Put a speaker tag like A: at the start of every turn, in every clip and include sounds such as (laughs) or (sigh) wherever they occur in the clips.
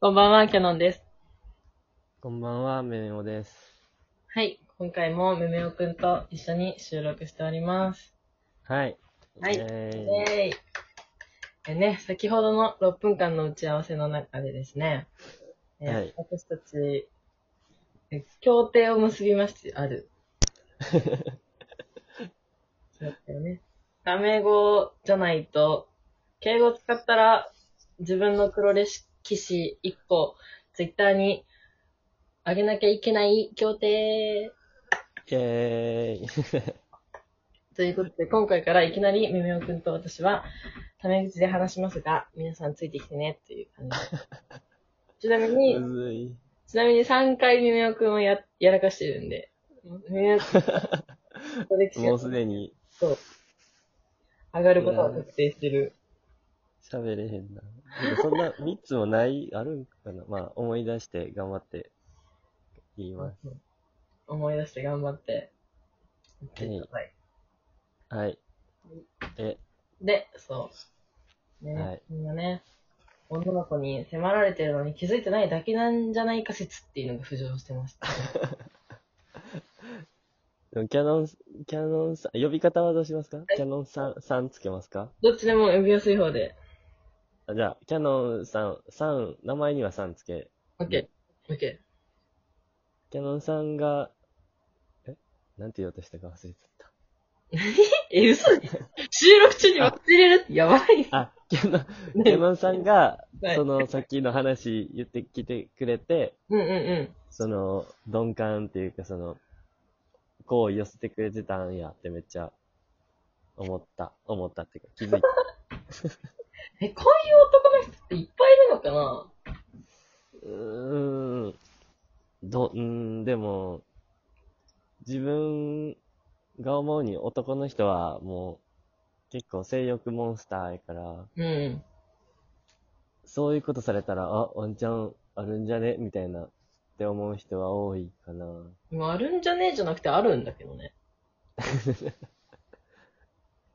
A: こんばんは、キャノンです。
B: こんばんは、めめもです。
A: はい。今回もめめおくんと一緒に収録しております。
B: はい。
A: はいイ
B: えー
A: ェーイ。でね、先ほどの6分間の打ち合わせの中でですね、えー
B: はい
A: 私たち、え協定を結びましてある。そうだったよね。ダメ語じゃないと、敬語使ったら自分の黒歴史1個、ツイッターにあげなきゃいけない協定。
B: イェーイ。
A: ということで、今回からいきなりめめおくんと私は、タメ口で話しますが、皆さんついてきてねっていう感じです。
B: (laughs)
A: ちなみに、
B: むずい。
A: ちなみに3回めめおくんをややらかしてるんで、めめおくん、歴史
B: もう
A: が
B: すでに
A: そう上がることは確定してる。
B: 喋れへんな。でもそん (laughs) な3つもない、あるんかなまあ、思い出して頑張って言います。
A: 思い出して頑張って、やってください。
B: はい。え、
A: で、そう。ね、
B: はい
A: みんなね、女の子に迫られてるのに気づいてないだけなんじゃないか説っていうのが浮上してました。
B: でもキャノン、キャノンさん、呼び方はどうしますかキャノンさん、さんつけますか
A: どっちでも呼びやすい方で。
B: あじゃあ、キャノンさん、さん、名前にはさんつけ。
A: オッケー。オッケー。
B: キャノンさんが、えなんて言おうとしたか忘れちゃった。
A: え、嘘収録中に忘れ
B: (laughs)
A: るってやばい。
B: あ、キャ (laughs) ノン、キャノンさんが
A: はい、
B: そのさっきの話言ってきてくれて、
A: うんうんう
B: その、鈍感っていうかその、こう寄せてくれてたんやってめっちゃ思った、思ったっていうか気づい
A: ん。
B: た。
A: え、こういう男の人っていっぱいいるのかな
B: うーん。ど、うーん、でも、自分が思うに男の人はもう、結構性欲モンスターやから、
A: うん。
B: そういうことされたら、あ、ワンチャンあるんじゃねみたいな、って思う人は多いかな。
A: でもあるんじゃねえじゃなくてあるんだけどね。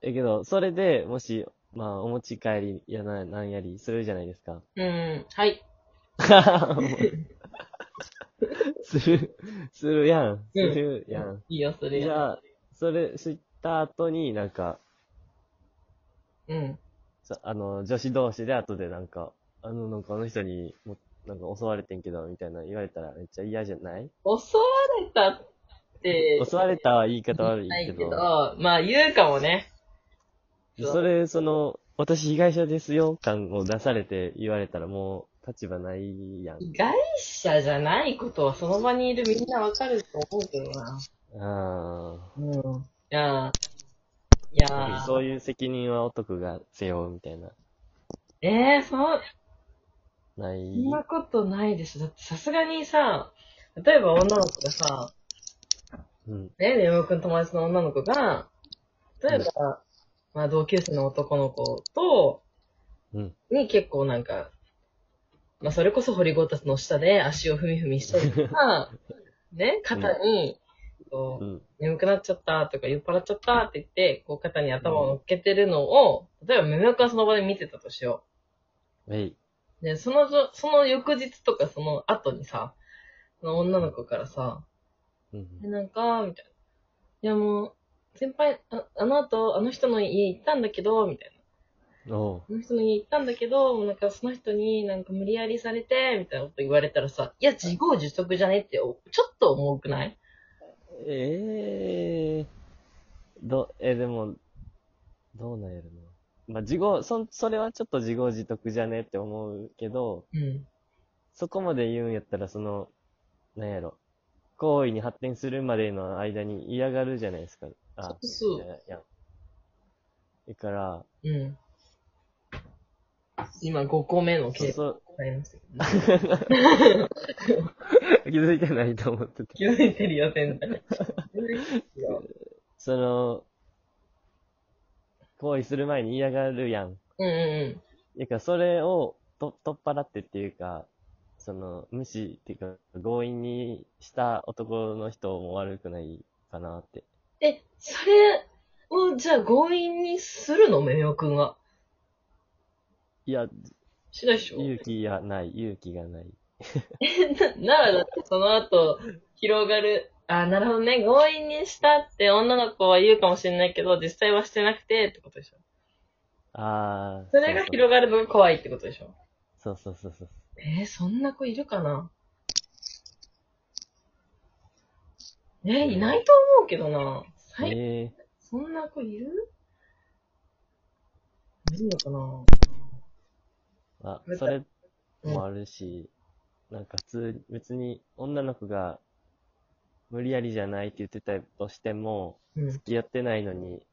B: え、けど、それでもし、まあ、お持ち帰りやな、なんやりするじゃないで
A: (laughs)
B: すか。
A: うん。はい。
B: する、するやん。するやん。
A: いいよ、それ
B: じ
A: や。
B: ゃあ、それ知った後になんか、
A: うん。
B: そあの、女子同士で後でなんか、あの、なんかあの人にも、なんか襲われてんけど、みたいな言われたらめっちゃ嫌じゃない
A: 襲われたって、
B: 襲われたは言い方悪い
A: ない
B: け
A: け
B: ど、
A: ど、まあ言うかもね。ど
B: それ、その、私被害者ですよ感を出されて言われたらもう立場ないやん。
A: 被害者じゃないことはその場にいるみんなわかると思うけどな。
B: あ
A: うん。いやーいや
B: あ。
A: ー
B: そういう責任は男が背負うみたいな。
A: えー、そう、
B: ない。
A: そんなことないでしょ。だってさすがにさ、例えば女の子がさ、
B: うん。
A: ね、ねむくん友達の女の子が、例えば、まあ同級生の男の子と、
B: うん。
A: に結構なんか、まあそれこそ掘りごたつの下で足を踏み踏みしたりと
B: (laughs)
A: か、ね、肩に、こう
B: うん。
A: 眠くなっちゃったとか酔っ払っちゃったって言って、こう肩に頭を乗っけてるのを、例えばめめおくはその場で見てたとしよ
B: えい。
A: う。で、そのぞ、その翌日とかその後にさ、その女の子からさ、
B: うん。
A: え、なんか、みたいな。いやもう、先輩、ああの後、あの人の家行ったんだけど、みたいな。
B: おう。
A: あの人の家行ったんだけど、もうなんかその人になんか無理やりされて、みたいなこと言われたらさ、いや、自業自得じゃねって、おちょっと重くない
B: ええど、え、でも、どうなんやろな。まあ、自業、そん、それはちょっと自業自得じゃねって思うけど、
A: うん。
B: そこまで言うんやったら、その、なんやろ。行為に発展するまでの間に嫌がるじゃないですか。あ、
A: そう
B: いやいや。だから、
A: うん。今5個目の
B: そ
A: 経験
B: そ、
A: ありましたけど (laughs) ね。
B: 気づいてないと思ってて。
A: 気づいてるよ、全 (laughs) 然。気づいてるよ
B: その、行為する前に嫌がるやん。
A: うんう
B: だからそれをと取っ払ってっていうか、その、無視っていうか、強引にした男の人も悪くないかなって。
A: ん。え、それを、じゃあ強引にするのめめおくんは。
B: いや、
A: しないでしょ
B: 勇気がない、勇気がない。
A: ならだってその後、広がる、あ、なるほどね、強引にしたって女の子は言うかもしれないけど、実際はしてなくてってことでしょ。
B: ああ。
A: それが広がるのが怖いってことでしょ。
B: そうそうそうそう。
A: えー、そんな子いるかなえー、いないと思うけどな。
B: え
A: はい、
B: え
A: そんな子いるいるのかな
B: ーま
A: ま
B: あ、
A: た
B: それもあるし、なんか普通、別に女の子が無理やりじゃないって言ってたとしても、
A: うん。
B: 付き合ってないのに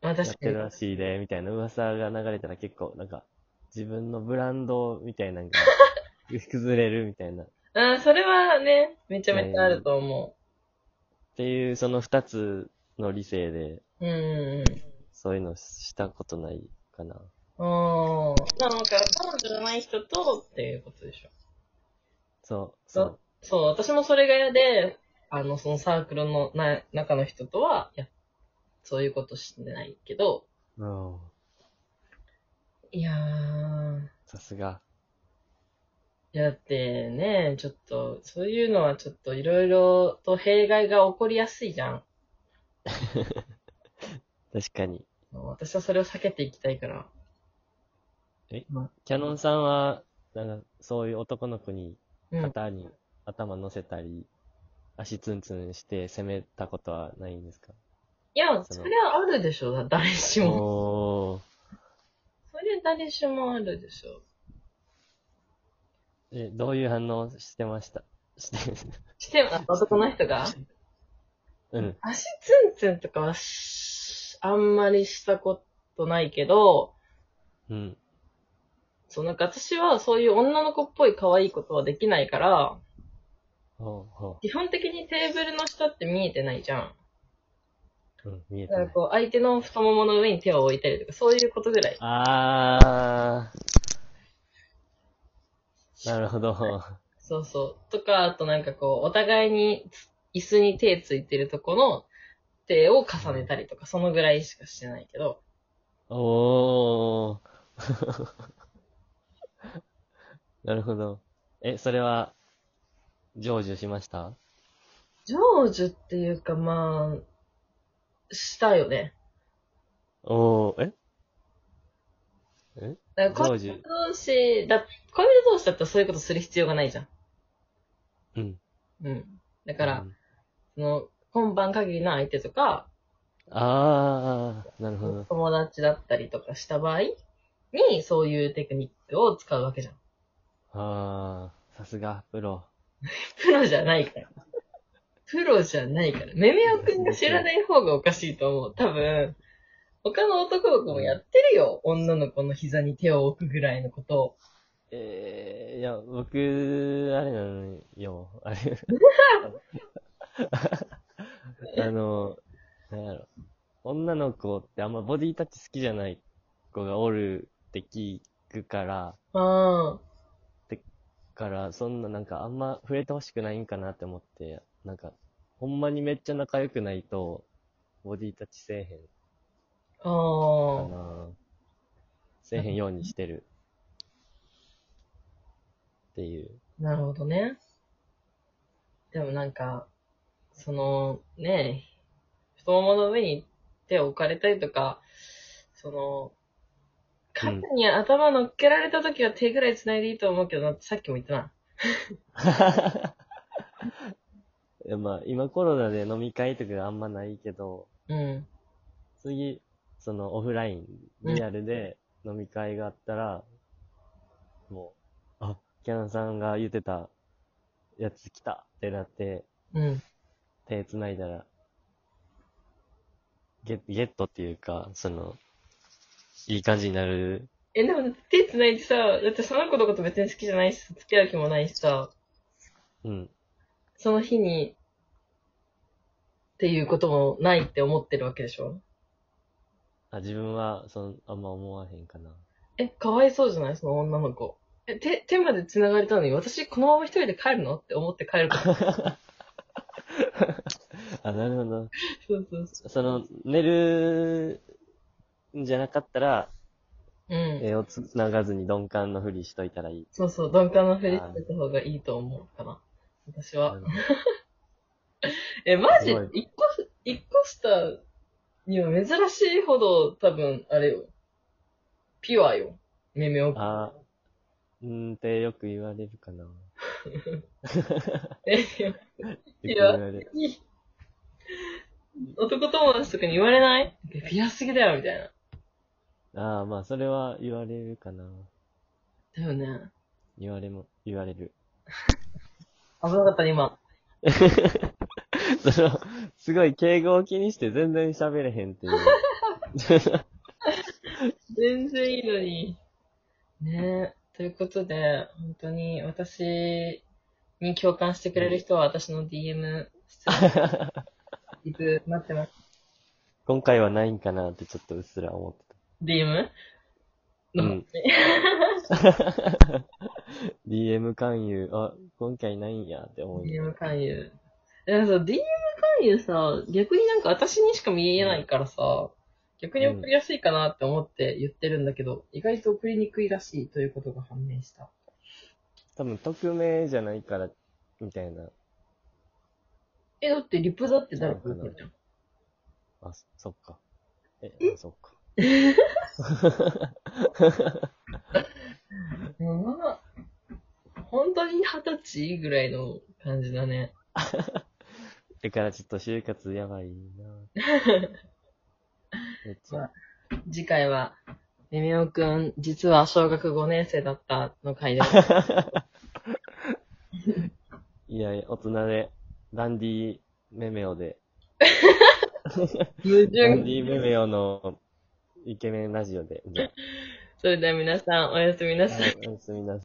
A: まあ
B: やっ
A: 確か
B: て
A: に
B: る。らしいで、みたいな噂が流れたら結構、なんか、自分のブランドみたい
A: (laughs)
B: なのが崩れるみたいな。っ
A: うん、それはね、めちゃめちゃあると思
B: ていう、その二つの理性で、
A: う。うんうんうん。
B: そういうのしたことないかな。
A: ああ。なんか、彼女じゃない人とっていうことでしょ。
B: そう、そう。
A: そう、私もそれが嫌で、あの、そのサークルのな中の人とは、いや、そういうことしてないけど、
B: うん。
A: いやー、
B: さすが。
A: いやだってね、ちょっと、そういうのはちょっといろいろと弊害が起こりやすいじゃん。
B: 確かに。
A: 私はそれを避けていきたいから。
B: キャノンさんは、なんか、そういう男の子に、
A: うん。
B: 肩に頭乗せたり、足ツンツンして攻めたことはないんですか
A: いや、
B: そ
A: そ
B: の
A: れはあるでしょ、だ誰しも。
B: おー。
A: それ誰しもあるでしょ。
B: え、どういう反応してましたして、
A: して、あ男の人が
B: うん。
A: 足ツンツンとかはし、あんまりしたことないけど、
B: うん。
A: そう、なんか私はそういう女の子っぽい可愛いことはできないから、
B: ほうほ
A: 基本的にテーブルの下って見えてないじゃん。
B: う。うん、見えて
A: だか
B: な
A: ら
B: い。
A: こう、相手の太ももの上に手を置いたりとか、そういうことぐらい。
B: あー。なるほど。
A: そうそう。とか、あとなんかこう、お互いにつ椅子に手ついてるとこの手を重ねたりとか、そのぐらいしかしてないけど。
B: おー。 (laughs) なるほど。え、それは、成就しました
A: 成就っていうか、まあ、したよね。
B: おー、え
A: だから、恋
B: 成就
A: 人同士だ、恋人同士だったらそういうことする必要がないじゃん。
B: うん。
A: うん。だ
B: だ
A: から、その、今晩限りの相手とか、
B: ああ、なるほど。
A: 友達だったりとかした場合に、そういうテクニックを使うわけじゃん。
B: ああ、さすが、プロ。
A: プロじゃないから。プロじゃないから。メメオくんが知らない方がおかしいと思う。多分、他の男の子もやってるよ。女の子の膝に手を置くぐらいのことを。
B: ええいや、僕、あれなのよ、あれ。 (laughs) あの、なんやろ。女の子ってあんまボディタッチ好きじゃない子がおるって聞くから、
A: ああ。
B: から、そんななんかあんま触れてほしくないんかなって思って、なんか、ほんまにめっちゃ仲良くないと、ボディタッチせえへん
A: ああ。
B: かなせえへんようにしてる。っていう。
A: なるほどね。でもなんか、その、ねえ、太ももの上に手を置かれたりとか、その、肩に頭乗っけられた時は手ぐらい繋いでいいと思うけどなってさっきも言ったな。
B: いやまあ、今コロナで飲み会とかあんまないけど、
A: うん。
B: 次、そのオフライン、
A: うん
B: リアルで飲み会があったら、もう、あ、キャナさんが言ってたやつ来たってなって、
A: うん。
B: 手繋いだら、ゲゲットっていうか、その、いい感じになる。
A: え、でも手繋いでさ、だってその子のこと別に好きじゃないし、付き合う気もないしさ、
B: うん。
A: その日に、っていうこともないって思ってるわけでしょ
B: あ、自分は、その、あんま思わへんかな。
A: え、かわいそうじゃないその女の子。え、手、手まで繋がれたのに、私このまま一人で帰るのって思って帰る (laughs) から。
B: あ、なるほど。
A: そうそうそ
B: その、寝るんじゃなかったら、
A: うん。
B: 絵をつながずに鈍感のふりしといたらいい。
A: そうそう、鈍感なふりしてた方がいいと思うかな。私は。え、マジ
B: すごい
A: 一個、一個下には珍しいほど多分、あれよ。ピュアよ。耳を。
B: あー、うーんってよく言われるかな。よ
A: え、い
B: く
A: い
B: 言
A: や
B: われる。
A: や男友達とかに言われないえピュアすぎだよ、みたいな。
B: ああ、まあ、それは言われるかな。
A: だよね。
B: 言われも、言われる。 (laughs)
A: 危なかったね、今。
B: その、すごい敬語を気にして全然喋れへんっ
A: (laughs)
B: ていう。
A: 全然いいのに。ねえ。ということで、本当に私に共感してくれる人は私の DM 質問いつ待ってます。
B: 今回はないんかなってちょっとうっすら思って
A: DM?
B: う
A: の、
B: んた。DM 勧誘、あ、今回ないんやって思い
A: DM 勧誘。でもさ、DM 勧誘さ、逆になんか私にしか見えないからさ、逆に送りやすいかなって思って言ってるんだけど、意外と送りにくいらしいということが判明した。
B: 多分、匿名じゃないから、みたいな。
A: え、だってリプだって誰か見てるじゃん。
B: あ、そそっか。え、あそっか。
A: まあ、本当に二十歳ぐらいの感じだね。
B: だからちょっと就活やばいなめっちゃ。
A: 次回は、ねめおくん、実は小学5年生だったの回です。
B: いやいや、大人で、ダンディメメオで、
A: 矛
B: ダンデ
A: 盾。
B: ィメメオのイケメンラジオで、じゃ
A: それでは皆さん、おやすみな
B: あ
A: さい。
B: はいおやすみなさい。